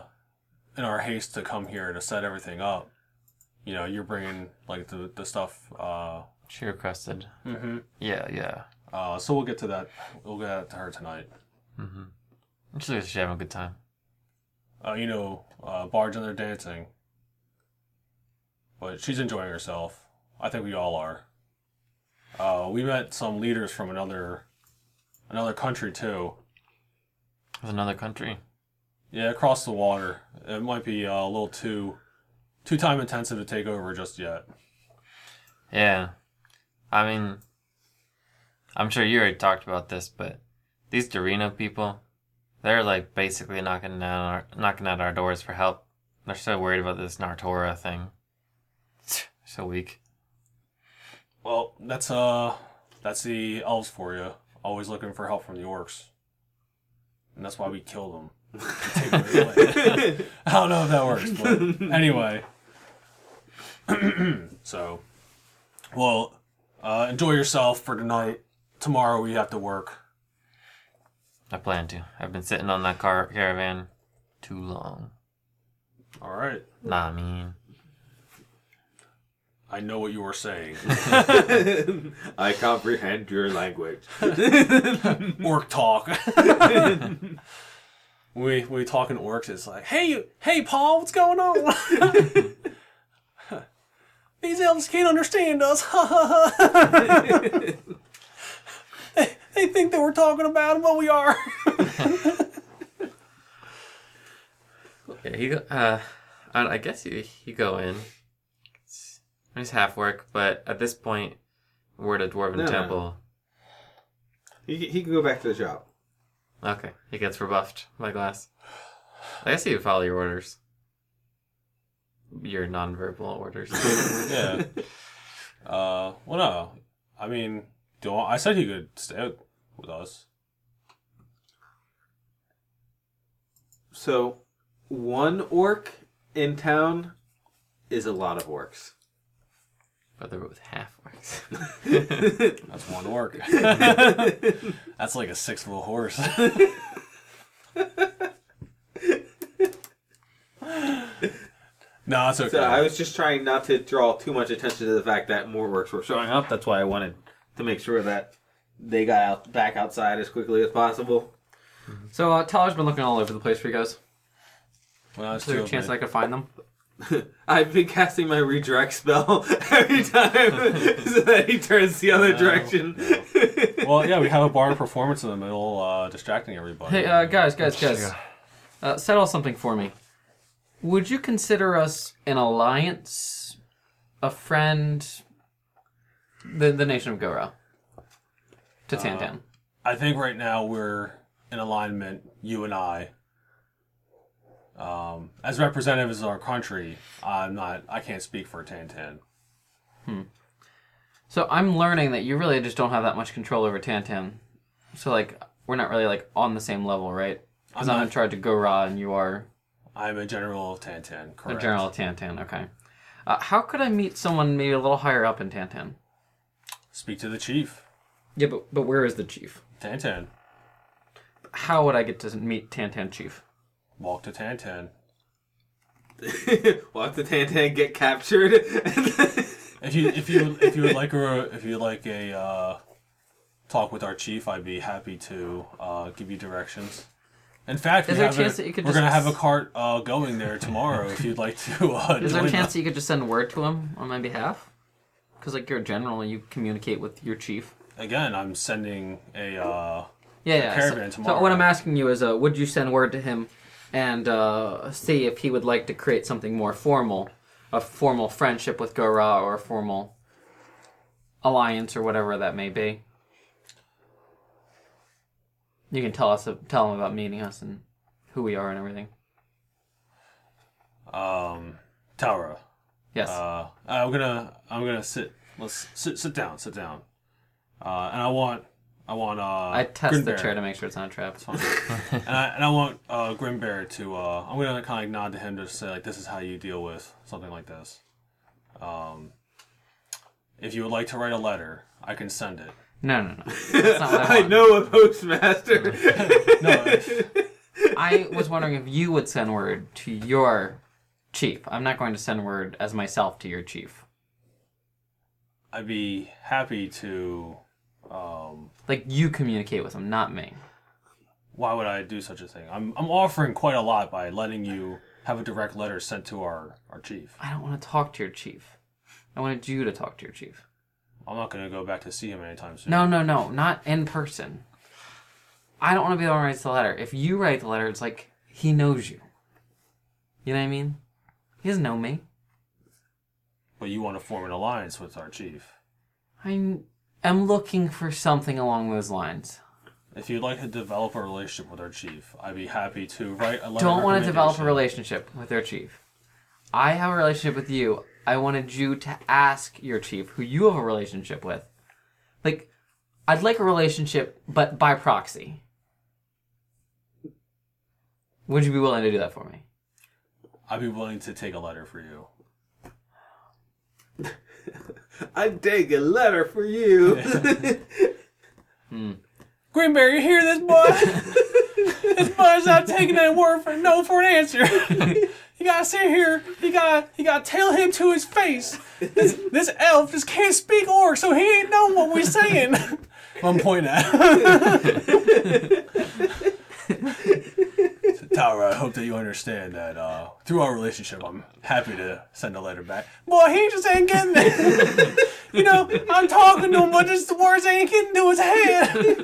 in our haste to come here to set everything up. You know, you're bringing like the the stuff. Uh, She requested. Yeah. Yeah. uh, so we'll get to that. We'll get to her tonight. Mm-hmm. I'm sure she's having a good time. uh, you know, uh, barge and they're dancing. But she's enjoying herself. I think we all are. Uh, we met some leaders from another, another country too. With another country. Yeah, across the water. It might be uh, a little too, too time intensive to take over just yet. Yeah. I mean, I'm sure you already talked about this, but these Dorino people, they're like basically knocking down our, knocking at our doors for help. They're so worried about this Nartora thing. So weak. Well, that's uh, that's the elves for you. Always looking for help from the orcs, and that's why we kill them. Take their land. I don't know if that works, but anyway. *clears throat* so, well, uh, enjoy yourself for tonight. Tomorrow we have to work. I plan to. I've been sitting on that car caravan too long. All right. Nah, I mean, I know what you were saying. I comprehend your language. Orc *laughs* talk. we we talk in orcs. It's like, hey, you- hey, Paul, what's going on? *laughs* These elves can't understand us. *laughs* they, they think that we're talking about them, but we are. yeah, he go. Uh, I, I guess you you go in. It's, it's half work, but at this point, we're at a dwarven No. temple. He, he can go back to the shop. Okay, he gets rebuffed by glass. I guess he would follow your orders. Your nonverbal *laughs* orders. *laughs* yeah. Uh, well, no. I mean, do I, I said he could stay out with us. So, one orc in town is a lot of *laughs* orcs. but they're both half *laughs* orcs. That's one *laughs* orc. That's like a six little horse. no, it's okay. So I was just trying not to draw too much attention to the fact that more works were showing up. That's why I wanted to make sure that they got out back outside as quickly as possible. *laughs* So uh, Tyler's been looking all over the place for you guys. Well, it's Is there a too chance I late. could find them? I've been casting my redirect spell every time *laughs* so that he turns the other direction. well, yeah, we have a bar performance in the middle, uh, distracting everybody. Hey uh, guys, guys, guys. Uh, settle something for me. Would you consider us an alliance, a friend, the the nation of Gora, Uh, to Tantan? I think right now we're in alignment, you and I. Um, as representatives of our country, I'm not. I can't speak for Tantan. So I'm learning that you really just don't have that much control over Tantan. So like we're not really like on the same level, right? Because I'm, I'm not- in charge of Gora and you are I'm a general of Tantan. a Correct. general of Tantan. Okay. Uh, how could I meet someone maybe a little higher up in Tantan? Speak to the chief, Yeah, but but where is the chief? Tantan. How would I get to meet Tantan chief? Walk to Tantan. *laughs* Walk the Tantan, get captured. If you if you if you would like a if you would like a uh, talk with our chief, I'd be happy to uh, give you directions. In fact, we Is there a have a- chance that you could we're just- gonna have a cart uh, going there tomorrow if you'd like to. Uh, *laughs* Is there a join chance us. that you could just send word to him on my behalf? Because like you're a general and you communicate with your chief. Again, I'm sending a. Uh, Yeah, yeah. so- caravan so, tomorrow. what I'm asking you is, uh, would you send word to him and uh, see if he would like to create something more formal, a formal friendship with Gora or a formal alliance or whatever that may be? You can tell us, tell him about meeting us and who we are and everything. um, Tara. Yes. Uh, I'm gonna I'm gonna sit. Let's sit sit down, sit down. Uh, and I want I want uh I test the Grinbear. chair to make sure it's not trapped. and I, and I want uh, Grimbear to. Uh, I'm gonna kind of like nod to him to say like, "This is how you deal with something like this." Um, if you would like to write a letter, I can send it. No, no, no. That's not what I, *laughs* I want. know a *laughs* postmaster. No, if- I was wondering if you would send word to your chief. I'm not going to send word as myself to your chief. I'd be happy to. Um, Like you communicate with him, not me. why would I do such a thing? I'm I'm offering quite a lot by letting you have a direct letter sent to our our chief. I don't want to talk to your chief. I wanted you to talk to your chief. I'm not gonna go back to see him anytime soon. No, no, no, not in person. I don't want to be the one who writes the letter. If you write the letter, it's like he knows you. You know what I mean? He doesn't know me. But you want to form an alliance with our chief. I am looking for something along those lines. If you'd like to develop a relationship with our chief, I'd be happy to write a letter. don't want to develop a relationship. relationship with their chief. I have a relationship with you. I wanted you to ask your chief, who you have a relationship with. Like, I'd like a relationship, but by proxy. Would you be willing to do that for me? I'd be willing to take a letter for you. I'd take a letter for you. Greenberry, you hear this *laughs* boy? this boy's not taking that word for no for an answer. you gotta sit here. You gotta you gotta tell him to his face. This, this elf just can't speak orc, so he ain't know what we're saying. *laughs* One point *laughs* at. Tara, I hope that you understand that uh, through our relationship, I'm happy to send a letter back. Boy, he just ain't getting it. *laughs* you know, I'm talking to him, but just the words ain't getting to his head.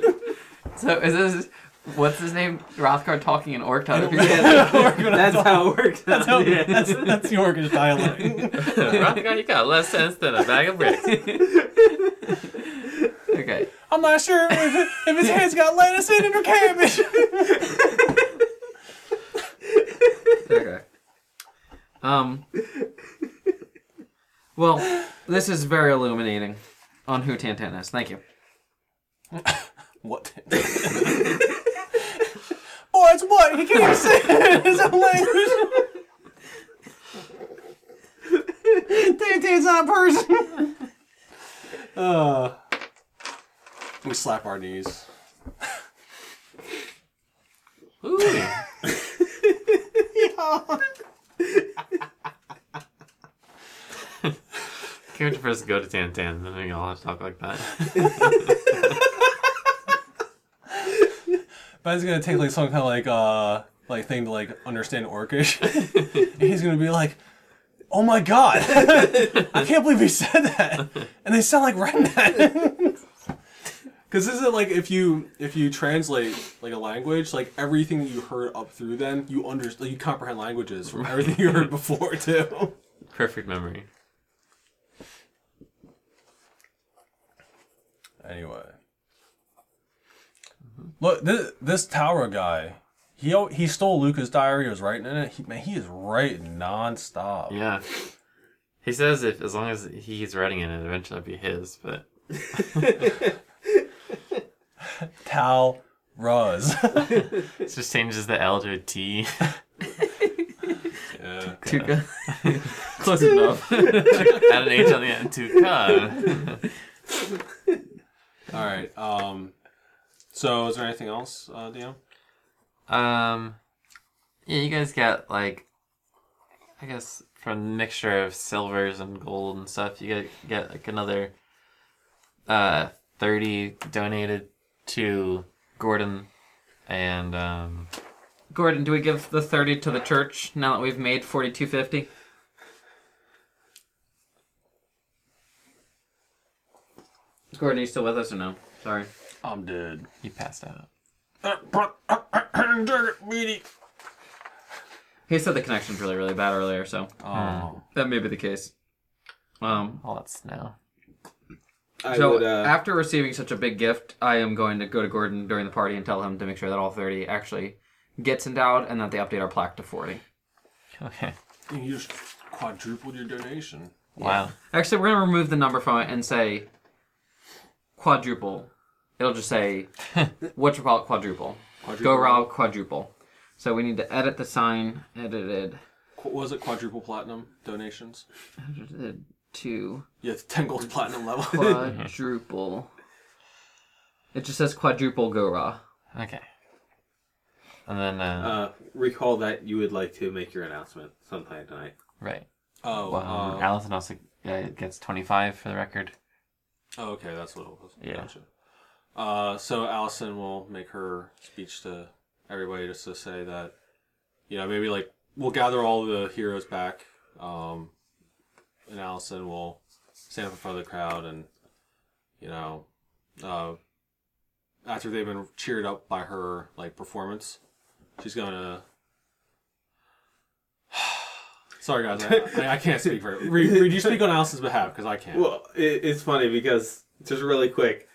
So is this what's his name? Rothgar talking in orc to other people? That's how it works. That's *laughs* No, that's, that's the Yorkish dialect. *laughs* Rothgar, you got less sense than a bag of bricks. *laughs* Okay. I'm not sure if, if his head's got lettuce in it or cabbage. okay. Um. Well, this is very illuminating on who Tantan is. Thank you. *laughs* *laughs* What? Boy, it's what? He can't even say it in his own *laughs* language. Tantan's not a person. *laughs* Uh, we slap our knees. Ooh. Character first go to Tan Tan, then we all have to talk like that. Ben's gonna take like some kind of like uh like thing to like understand *laughs* Orcish. And he's gonna be like, "Oh my god, I can't believe he said that." And they sound like *laughs* redneck. Because isn't like if you if you translate like a language, like everything that you heard up through then, you under like, you comprehend languages from everything you heard before too. Perfect memory. Anyway, look this this tower guy. He, al- he stole Luca's diary. He was writing in it. He, man, he is writing nonstop. Yeah. He says if as long as he's writing it, it eventually it'll be his, but Tal *laughs* Ruz. it just changes the L to a T. *laughs* yeah. Too good. Close enough. Add an H on the end to come. All right. Um. So, is there anything else, uh, DM? Um, yeah, you guys got like, I guess from the mixture of silvers and gold and stuff, you get get like another uh thirty donated to Gordon and um *laughs* Gordon, do we give the 30 to the church now that we've made 4250? Gordon, are you still with us or no? Sorry. I'm dead. You passed out. Hmm. He said the connection's really, really bad earlier, so Oh. that may be the case. Um, All that snow. I so would. Uh, after receiving such a big gift, I am going to go to Gordon during the party and tell him to make sure that all 30 actually gets endowed and that they update our plaque to 40. *laughs* Okay. You just quadrupled your donation. Wow. Actually, we're going to remove the number from it and say quadruple. It'll just say, what you call it, quadruple. Go Rob quadruple. So we need to edit the sign, edited, Qu- Was it quadruple platinum donations? edited *laughs* to Yeah, it's *laughs* 10 gold platinum level. *laughs* quadruple. it just says quadruple Go Ra. Okay. And then, uh, uh, recall that you would like to make your announcement sometime tonight. right. oh, Wow. uh, Allison also uh, gets 25 for the record. oh, okay, that's what it was. Yeah. Gotcha. Uh, so Allison will make her speech to everybody just to say that, you know, maybe like we'll gather all the heroes back, um, and Allison will stand up in front of the crowd and, you know, uh, after they've been cheered up by her like performance, she's gonna. *sighs* Sorry guys, I, I, I can't speak for it. Reed, Reed, you speak on Allison's behalf because I can't. Well, it, it's funny because just really quick,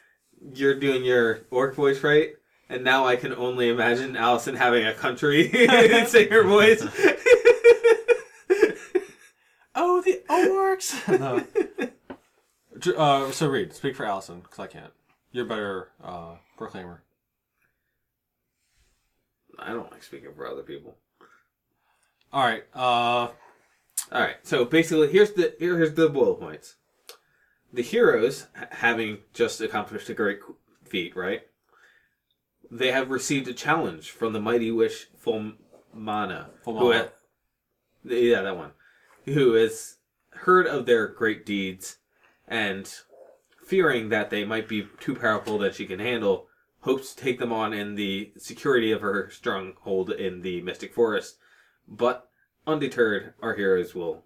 you're doing your orc voice right, and now I can only imagine Allison having a country *laughs* singer voice. Oh, the orcs. Dr- uh, so Reed, speak for Allison because I can't. You're a better uh, proclaimer. I don't like speaking for other people. All right. Uh, All right. So basically, here's the here- here's the bullet points. The heroes, h- having just accomplished a great qu- feat, right? They have received a challenge from the mighty wish Fulmana. who Fulmana. ha- yeah, that one. Who has heard of their great deeds and fearing that they might be too powerful that she can handle, hopes to take them on in the security *laughs* of her stronghold in the Mystic Forest. But undeterred, our heroes will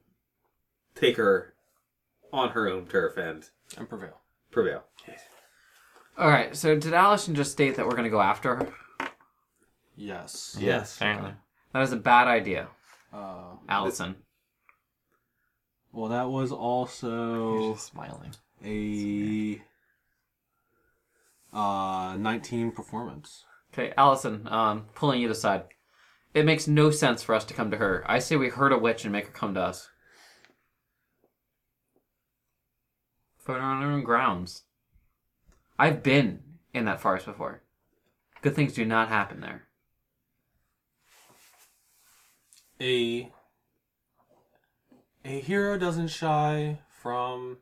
take her on her own turf and and prevail. prevail. Alright, so did Allison just state that we're going to go after her? Yes. Yes. Apparently. That is a bad idea, Uh, Allison. well, that was You're also just smiling. a uh, 19 performance. Okay, Allison, um, pulling you aside. It makes no sense for us to come to her. I say we hurt a witch and make her come to us. But on our own grounds. I've been in that forest before. Good things do not happen there. A a hero doesn't shy from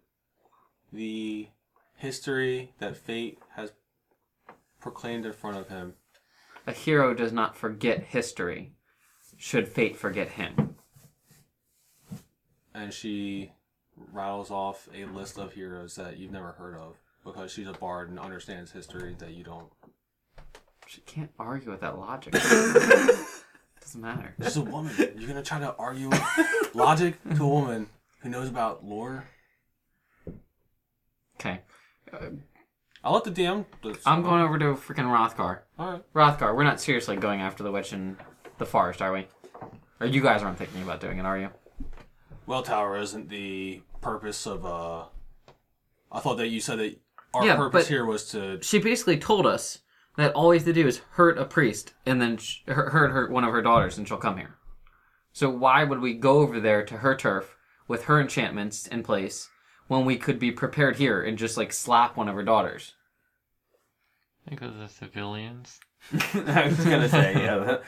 the history that fate has proclaimed in front of him. A hero does not forget history. Should fate forget him? and she rattles off a list of heroes that you've never heard of because she's a bard and understands history that you don't. She can't argue with that logic. Doesn't matter. She's a woman. You're gonna try to *laughs* argue logic to a woman who knows about lore. Okay, I'll let the DM. that's- I'm going over to freaking Rothgar. All right. Rothgar, we're not seriously going after the witch in the forest, are we? Or you guys aren't thinking about doing it, are you? Well, tower isn't the purpose of. uh I thought that you said that our Yeah, purpose but- here was to. She basically told us that all we have to do is hurt a priest and then sh- hurt, hurt her, one of her daughters and she'll come here. So why would we go over there to her turf with her enchantments in place when we could be prepared here and just like slap one of her daughters? I think those are civilians. I was gonna say, yeah. *laughs*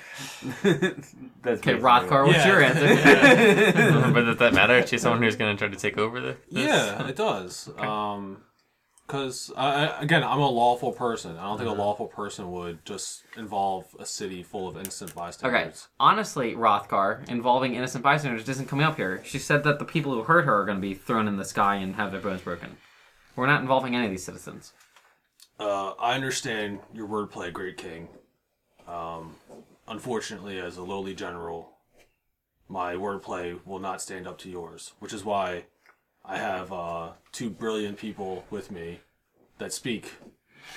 That, that's Okay, basically Rothgar, what's Yeah. your answer? but does that matter? She's someone who's going to try to take over the. this? Yeah, it does. Um, because again, I'm a lawful person. I don't think a lawful person would just involve a city full of innocent bystanders. Okay. Honestly, Rothgar, involving innocent bystanders does not come up here. She said that the people who hurt her are going to be thrown in the sky and have their bones broken. We're not involving any of these citizens. Uh, I understand your wordplay, Great King. Um, Unfortunately, as a lowly general, my wordplay will not stand up to yours, which is why I have uh, two brilliant people with me that speak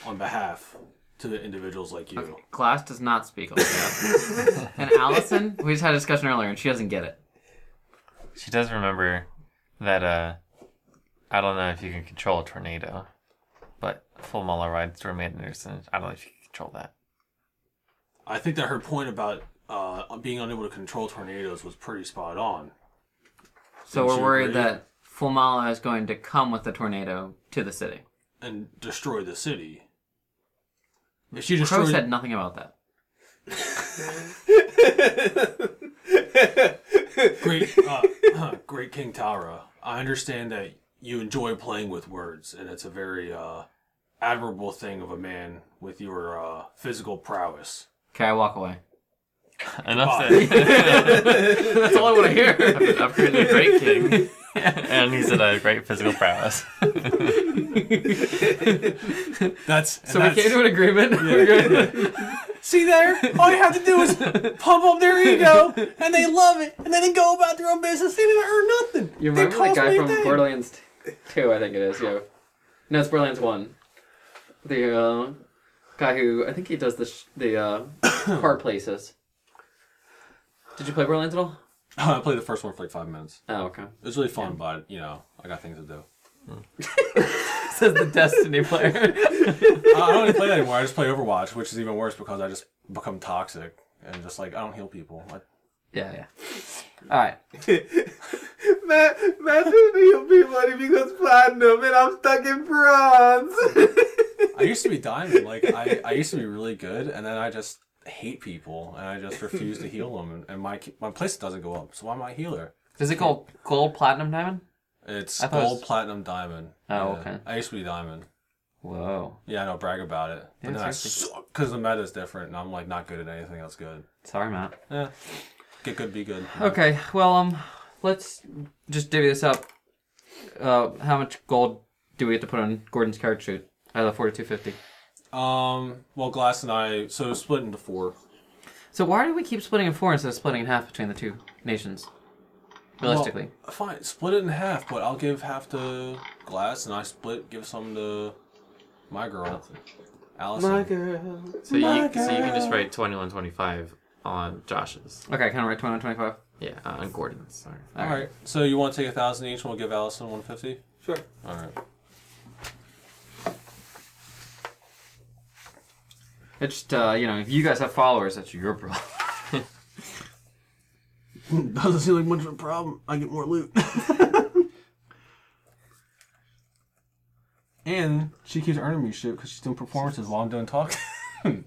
on behalf to the individuals like you. Glass does not speak like that. *laughs* and Allison, we just had a discussion earlier, and she doesn't get it. She does remember that uh I don't know if you can control a tornado, but full mala rides to Remain Anderson. I don't know if you can control that. I think that her point about uh, being unable to control tornadoes was pretty spot on. So Didn't we're you worried agree? that Fulmala is going to come with the tornado to the city. and destroy the city. If she Crow destroyed, said nothing about that. great, uh, great King Tara, I understand that you enjoy playing with words, and it's a very uh, admirable thing of a man with your uh, physical prowess. Okay, I walk away. Enough said. That's all I want to hear. Upgrade the *laughs* Great *laughs* King. and he's at a great physical prowess. That's So we came to an *laughs* agreement. We're good. See there? All you have to do is pump up their ego, and they love it, and then they go about their own business. They didn't earn nothing. You They remember the cost guy me a from thing. Borderlands 2, I think it is, yeah. No, it's Borderlands 1. The uh, guy who, I think he does the, sh- the uh, car places. Did you play Borderlands at all? Uh, I played the first one for like five minutes. *laughs* Oh, okay. It was really fun, but you know, I got things to do. Says the Destiny player. I I don't really play that anymore. I just play Overwatch, which is even worse because I just become toxic and just like I don't heal people. I, *laughs* yeah, yeah. *laughs* Alright. Matt, Matt doesn't heal people and he becomes platinum and I'm stuck in bronze. I used to be diamond. Like I, I used to be really good, and then I just hate people, and I just refuse to heal them, and, and my my place doesn't go up. So I'm not a healer. *laughs* Is it called Gold, Platinum, Diamond? It's I thought it gold, was- platinum, diamond. Oh, Yeah. okay. I used to be diamond. Whoa. Yeah, I don't brag about it. But Yeah, then I seriously. suck because the meta is different, and I'm like not good at anything that's good. Sorry, Matt. Get good, be good. Okay, well, um, let's just divvy this up. Uh, how much gold do we have to put on Gordon's card shoot? Out of 4250. Um. Well, Glass and I so split into four. So why do we keep splitting in four instead of splitting in half between the two nations? Realistically. Well, fine, split it in half, but I'll give half to Glass, and I split give some to my girl, Allison. girl. So you, so you can just write 2125 on Josh's. okay, kind of right, 21, 25. Yeah, uh, on Gordon's. Sorry. All right. So you want to take a thousand each, and we'll give Allison one fifty. Sure. All right. It's just, uh, you know, if you guys have followers, that's your problem. *laughs* *laughs* Doesn't seem like much of a problem. I get more loot. *laughs* and she keeps earning me shit because she's doing performances while I'm doing *laughs* talk. Okay,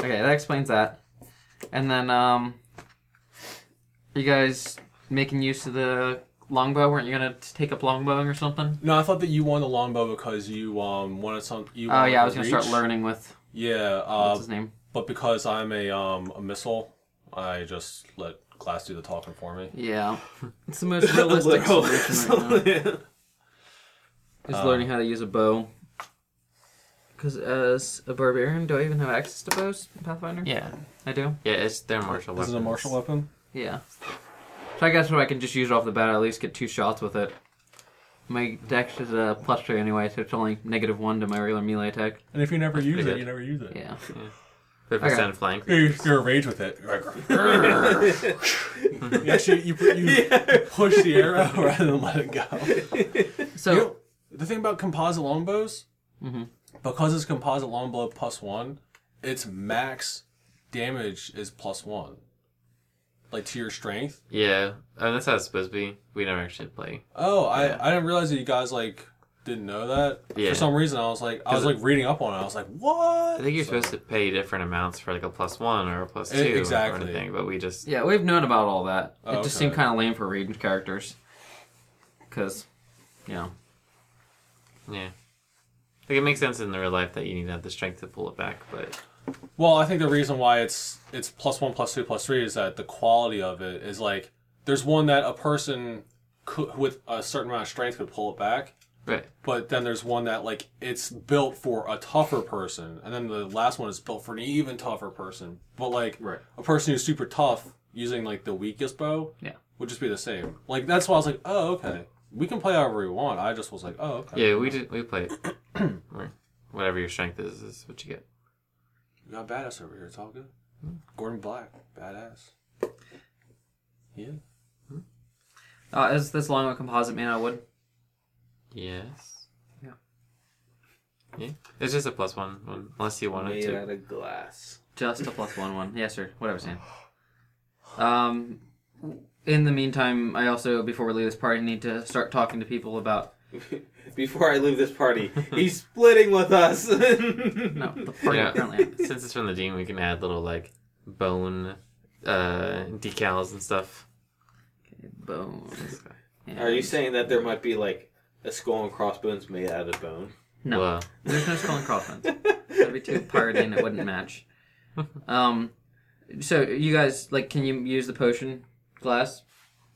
that explains that. And then, um, you guys making use of the longbow? Weren't you gonna take up longbowing or something? no, I thought that you won the longbow because you um wanted some. You Oh wanted yeah, I to was gonna start reach. learning with Yeah. what's Uh, his name? but because I'm a um a missile, I just let class do the talking *laughs* for me. Yeah, it's the most *laughs* realistic solution right now. Is learning how to use a bow. Because as a barbarian, do I even have access to bows in Pathfinder? Yeah. I do. Yeah, it's their martial This weapons. is it a martial weapon. Yeah. So I guess what I can just use it off the bat, at least get two shots with it. My dex is a plus three anyway, so it's only negative one to my regular melee attack. And if you never use pretty it, good. you never use it. Yeah. 50% Okay. flying creep. You're, you're enraged *laughs* with it. *laughs* you actually you, pu- you push the arrow rather than let it go. So the thing about composite longbows, Mm-hmm. because it's composite longbow plus one, its max damage is plus one, like to your strength. Yeah, and that's how it's supposed to be. We never actually play. Oh, I I didn't realize that you guys like didn't know that. Yeah. For some reason, I was like I was like reading up on it. I was like, what? I think you're supposed to pay different amounts for like a plus one or a plus E- two exactly. or anything, but we just yeah, we've known about all that. Oh, it just okay. seemed kind of lame for ranged characters. Because, you know, yeah. Like it makes sense in the real life that you need to have the strength to pull it back, but Well, I think the reason why it's it's plus one, plus two, plus three is that the quality of it is like there's one that a person could, with a certain amount of strength could pull it back, Right. But then there's one that like it's built for a tougher person, and then the last one is built for an even tougher person. But like Right. a person who's super tough using like the weakest bow, Yeah. would just be the same. Like that's why I was like, oh okay, we can play however we want. I just was like, oh okay, Yeah, we did. We played. *clears throat* Or Whatever your strength is, is what you get. we got badass over here. It's all good. Gordon Black, badass. Yeah. Uh, is this long a composite man? I would. Yes. Yeah. Yeah. It's just a plus one, one unless you wanted Made to. out of glass. Just a plus one one. Yes, sir. Whatever, Sam. Um, in the meantime, I also before we leave this party need to start talking to people about Before I leave this *laughs* party, he's splitting with us. *laughs* no the party Yeah. yeah. currently. Since it's from the dean, we can add little like bone uh, decals and stuff. Bones. Yeah. *laughs* Are you saying that there might be like a skull and crossbones made out of bone? No. Well, There's no skull *laughs* and crossbones. That'd be too piratey and it wouldn't match. Um, so you guys like, can you use the potion glass?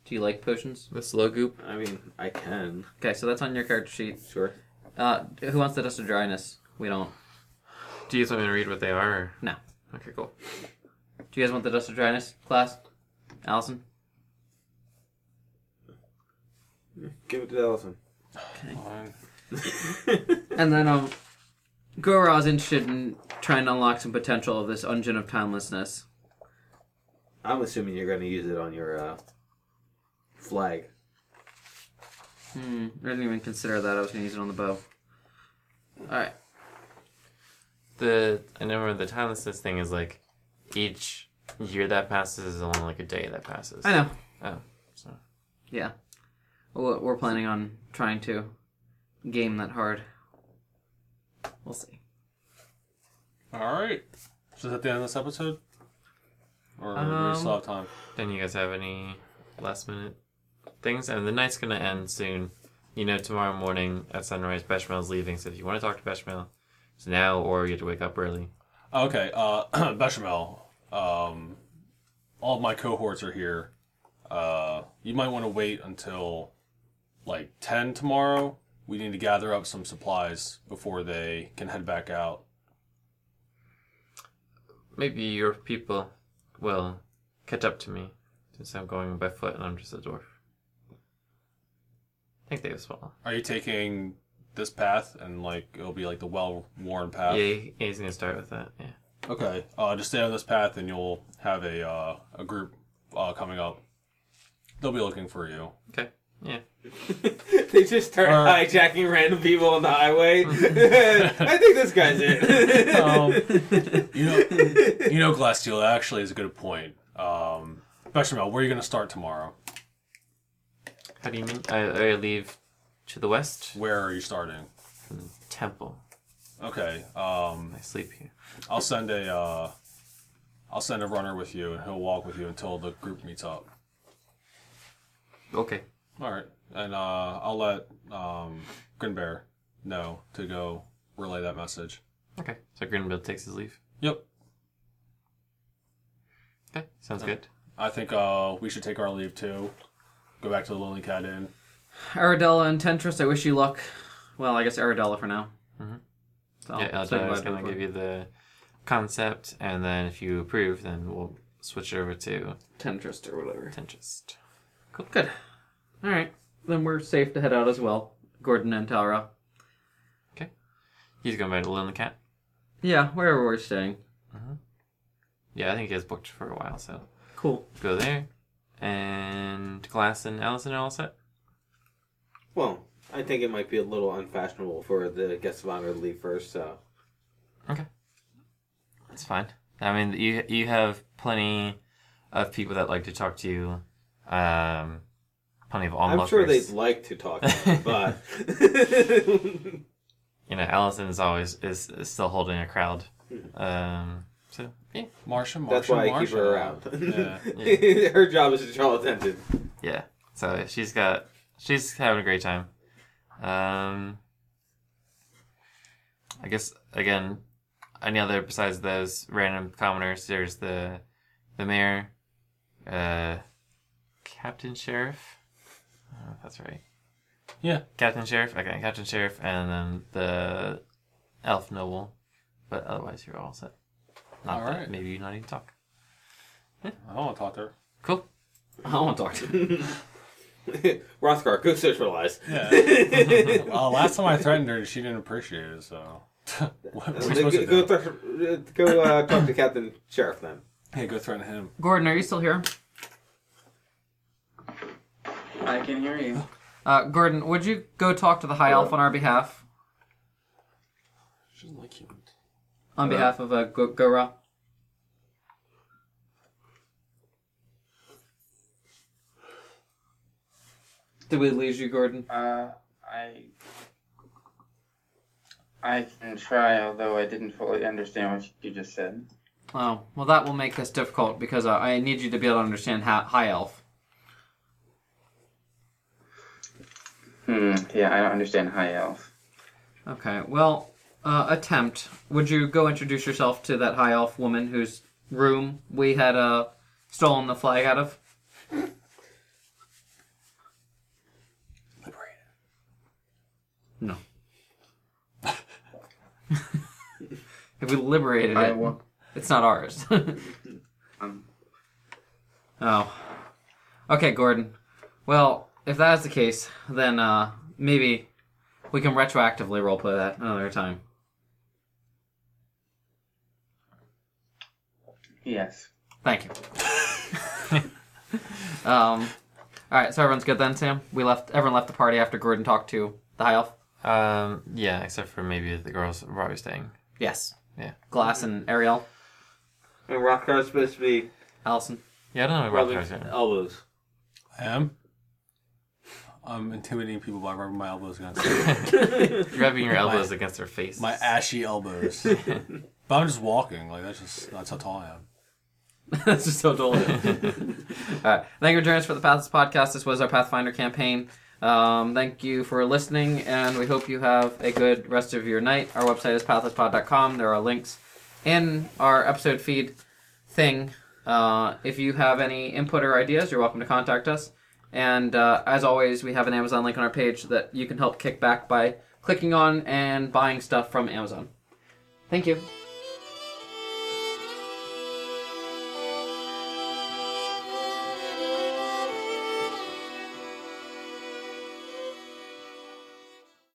Do you like potions? the slow goop. I mean, I can. Okay, so that's on your character sheet. Sure. Uh, who wants the dust of dryness? We don't. Do you guys want me to read what they are? or- No. Okay, cool. Do you guys want the dust of dryness class? Allison. Give it to Allison. *laughs* And then um, Gora's interested in trying to unlock some potential of this engine of timelessness. I'm assuming you're going to use it on your uh, flag. Hmm, I didn't even consider that. I was gonna use it on the bow. All right. The I remember the timelessness thing is like each year that passes is only like a day that passes. I know. Oh, so Yeah. Well, we're planning on trying to game that hard. We'll see. All right. So is that the end of this episode? Or do Um, we still have time? Then you guys have any last minute things? And the night's gonna end soon. You know, tomorrow morning at sunrise, Beshmel's leaving. So if you want to talk to Beshmel, it's now or you have to wake up early. Okay, uh, *clears throat* Bechamel. Um, all of my cohorts are here. Uh, you might want to wait until like 10 tomorrow. We need to gather up some supplies before they can head back out. Maybe your people will catch up to me since I'm going by foot and I'm just a dwarf. I think they will swallow. Are you taking this path and like it'll be like the well worn path? Yeah, he- he's gonna start with that. Yeah. Okay, uh, just stay on this path and you'll have a, uh, a group uh, coming up. They'll be looking for you. Okay. Yeah. they just *laughs* start Uh, hijacking random people on the *laughs* highway. I think this guy's it. *laughs* um, you know, you know, Glasssteel that actually is a good point. Um, Bechamel, where are you going to start tomorrow? How do you mean? I, I leave to the west Where are you starting? temple. Okay, um, I sleep here. I'll send a, uh, I'll send a runner with you, and he'll walk with you until the group meets up. Okay. All right, and uh, I'll let um, Grinbear know to go relay that message. Okay. So Grinbill takes his leave. Yep, Okay. Sounds good. I think uh, we should take our leave too. Go back to the Lonely Cat Inn. Aradella and Tentris, I wish you luck. Well, I guess Aradella for now. Mhm. So I'll yeah, say Elda is goodbye going to before- give you the concept, and then if you approve, then we'll switch over to Tentris or whatever. Tentrist. Good. All right. Then we're safe to head out as well. Gordon and Tara. He's going back to Lil and the Cat. Yeah, wherever we're staying. Yeah, I think he has booked for a while, so Cool. go there. And Glass and Allison are all set. well, I think it might be a little unfashionable for the guests of honor to leave first, so. That's fine. I mean, you you have plenty of people that like to talk to you. Um, plenty of onlookers. I'm sure they'd like to talk, about it, but. You know, Allison is always is, is still holding a crowd. Hmm. Um, so yeah, Marsha, Marsha, That's why I keep Marsha. her around. yeah. *laughs* her job is to draw attention. Yeah. So she's got she's having a great time. Um I guess again, any other besides those random commoners, there's the the mayor, uh Captain Sheriff. I don't know if Uh, that's right. Yeah. Captain Sheriff. Okay, Captain Sheriff, and then the elf noble. But otherwise, you're all set. Not All that right. maybe you not even talk. I don't want to talk to her. Cool. I don't want to talk to him. Rothgar, go socialize. Uh, last time I threatened her, she didn't appreciate it. So *laughs* what, what are we go supposed to go, do? th- uh, go uh, talk to Captain Sheriff then. Yeah, go threaten him. Gordon, are you still here? I can hear you. Uh, Gordon, would you go talk to the High Elf on our behalf? She doesn't like you. On behalf of uh, Go- Gora? Did we lose you, Gordon? Uh, I. I can try, although I didn't fully understand what you just said. Oh, well, that will make this difficult because uh, I need you to be able to understand ha- High Elf. Hmm. Yeah, I don't understand high elf. Okay, well, uh, attempt. Would you go introduce yourself to that High Elf woman whose room we had uh, stolen the flag out of? *laughs* No. if we liberated I it, will. it's not ours. *laughs* Um, Oh. Okay, Gordon. Well, if that is the case, then uh, maybe we can retroactively roleplay that another time. yes. Thank you. *laughs* um, all right, so everyone's good then, Sam. We left. Everyone left the party after Gordon talked to the high elf. Um, yeah, except for maybe the girls are probably staying. Yes. Yeah. Glass and Ariel, And Rothgar's supposed to be Allison. Yeah, I don't know about rubbing Rothgar's doing. elbows. I am. I'm intimidating people by rubbing my elbows against Rubbing *laughs* your elbows against their face. my ashy elbows. but I'm just walking. Like that's just that's how tall I am. That's just so dull. All right. *laughs* Thank you for joining us for the Paths podcast. This was our Pathfinder campaign. Um, thank you for listening, and we hope you have a good rest of your night. Our website is pathlesspod.com. There are links in our episode feed thing. Uh, if you have any input or ideas, you're welcome to contact us. And uh, as always, we have an Amazon link on our page that you can help kick back by clicking on and buying stuff from Amazon. Thank you.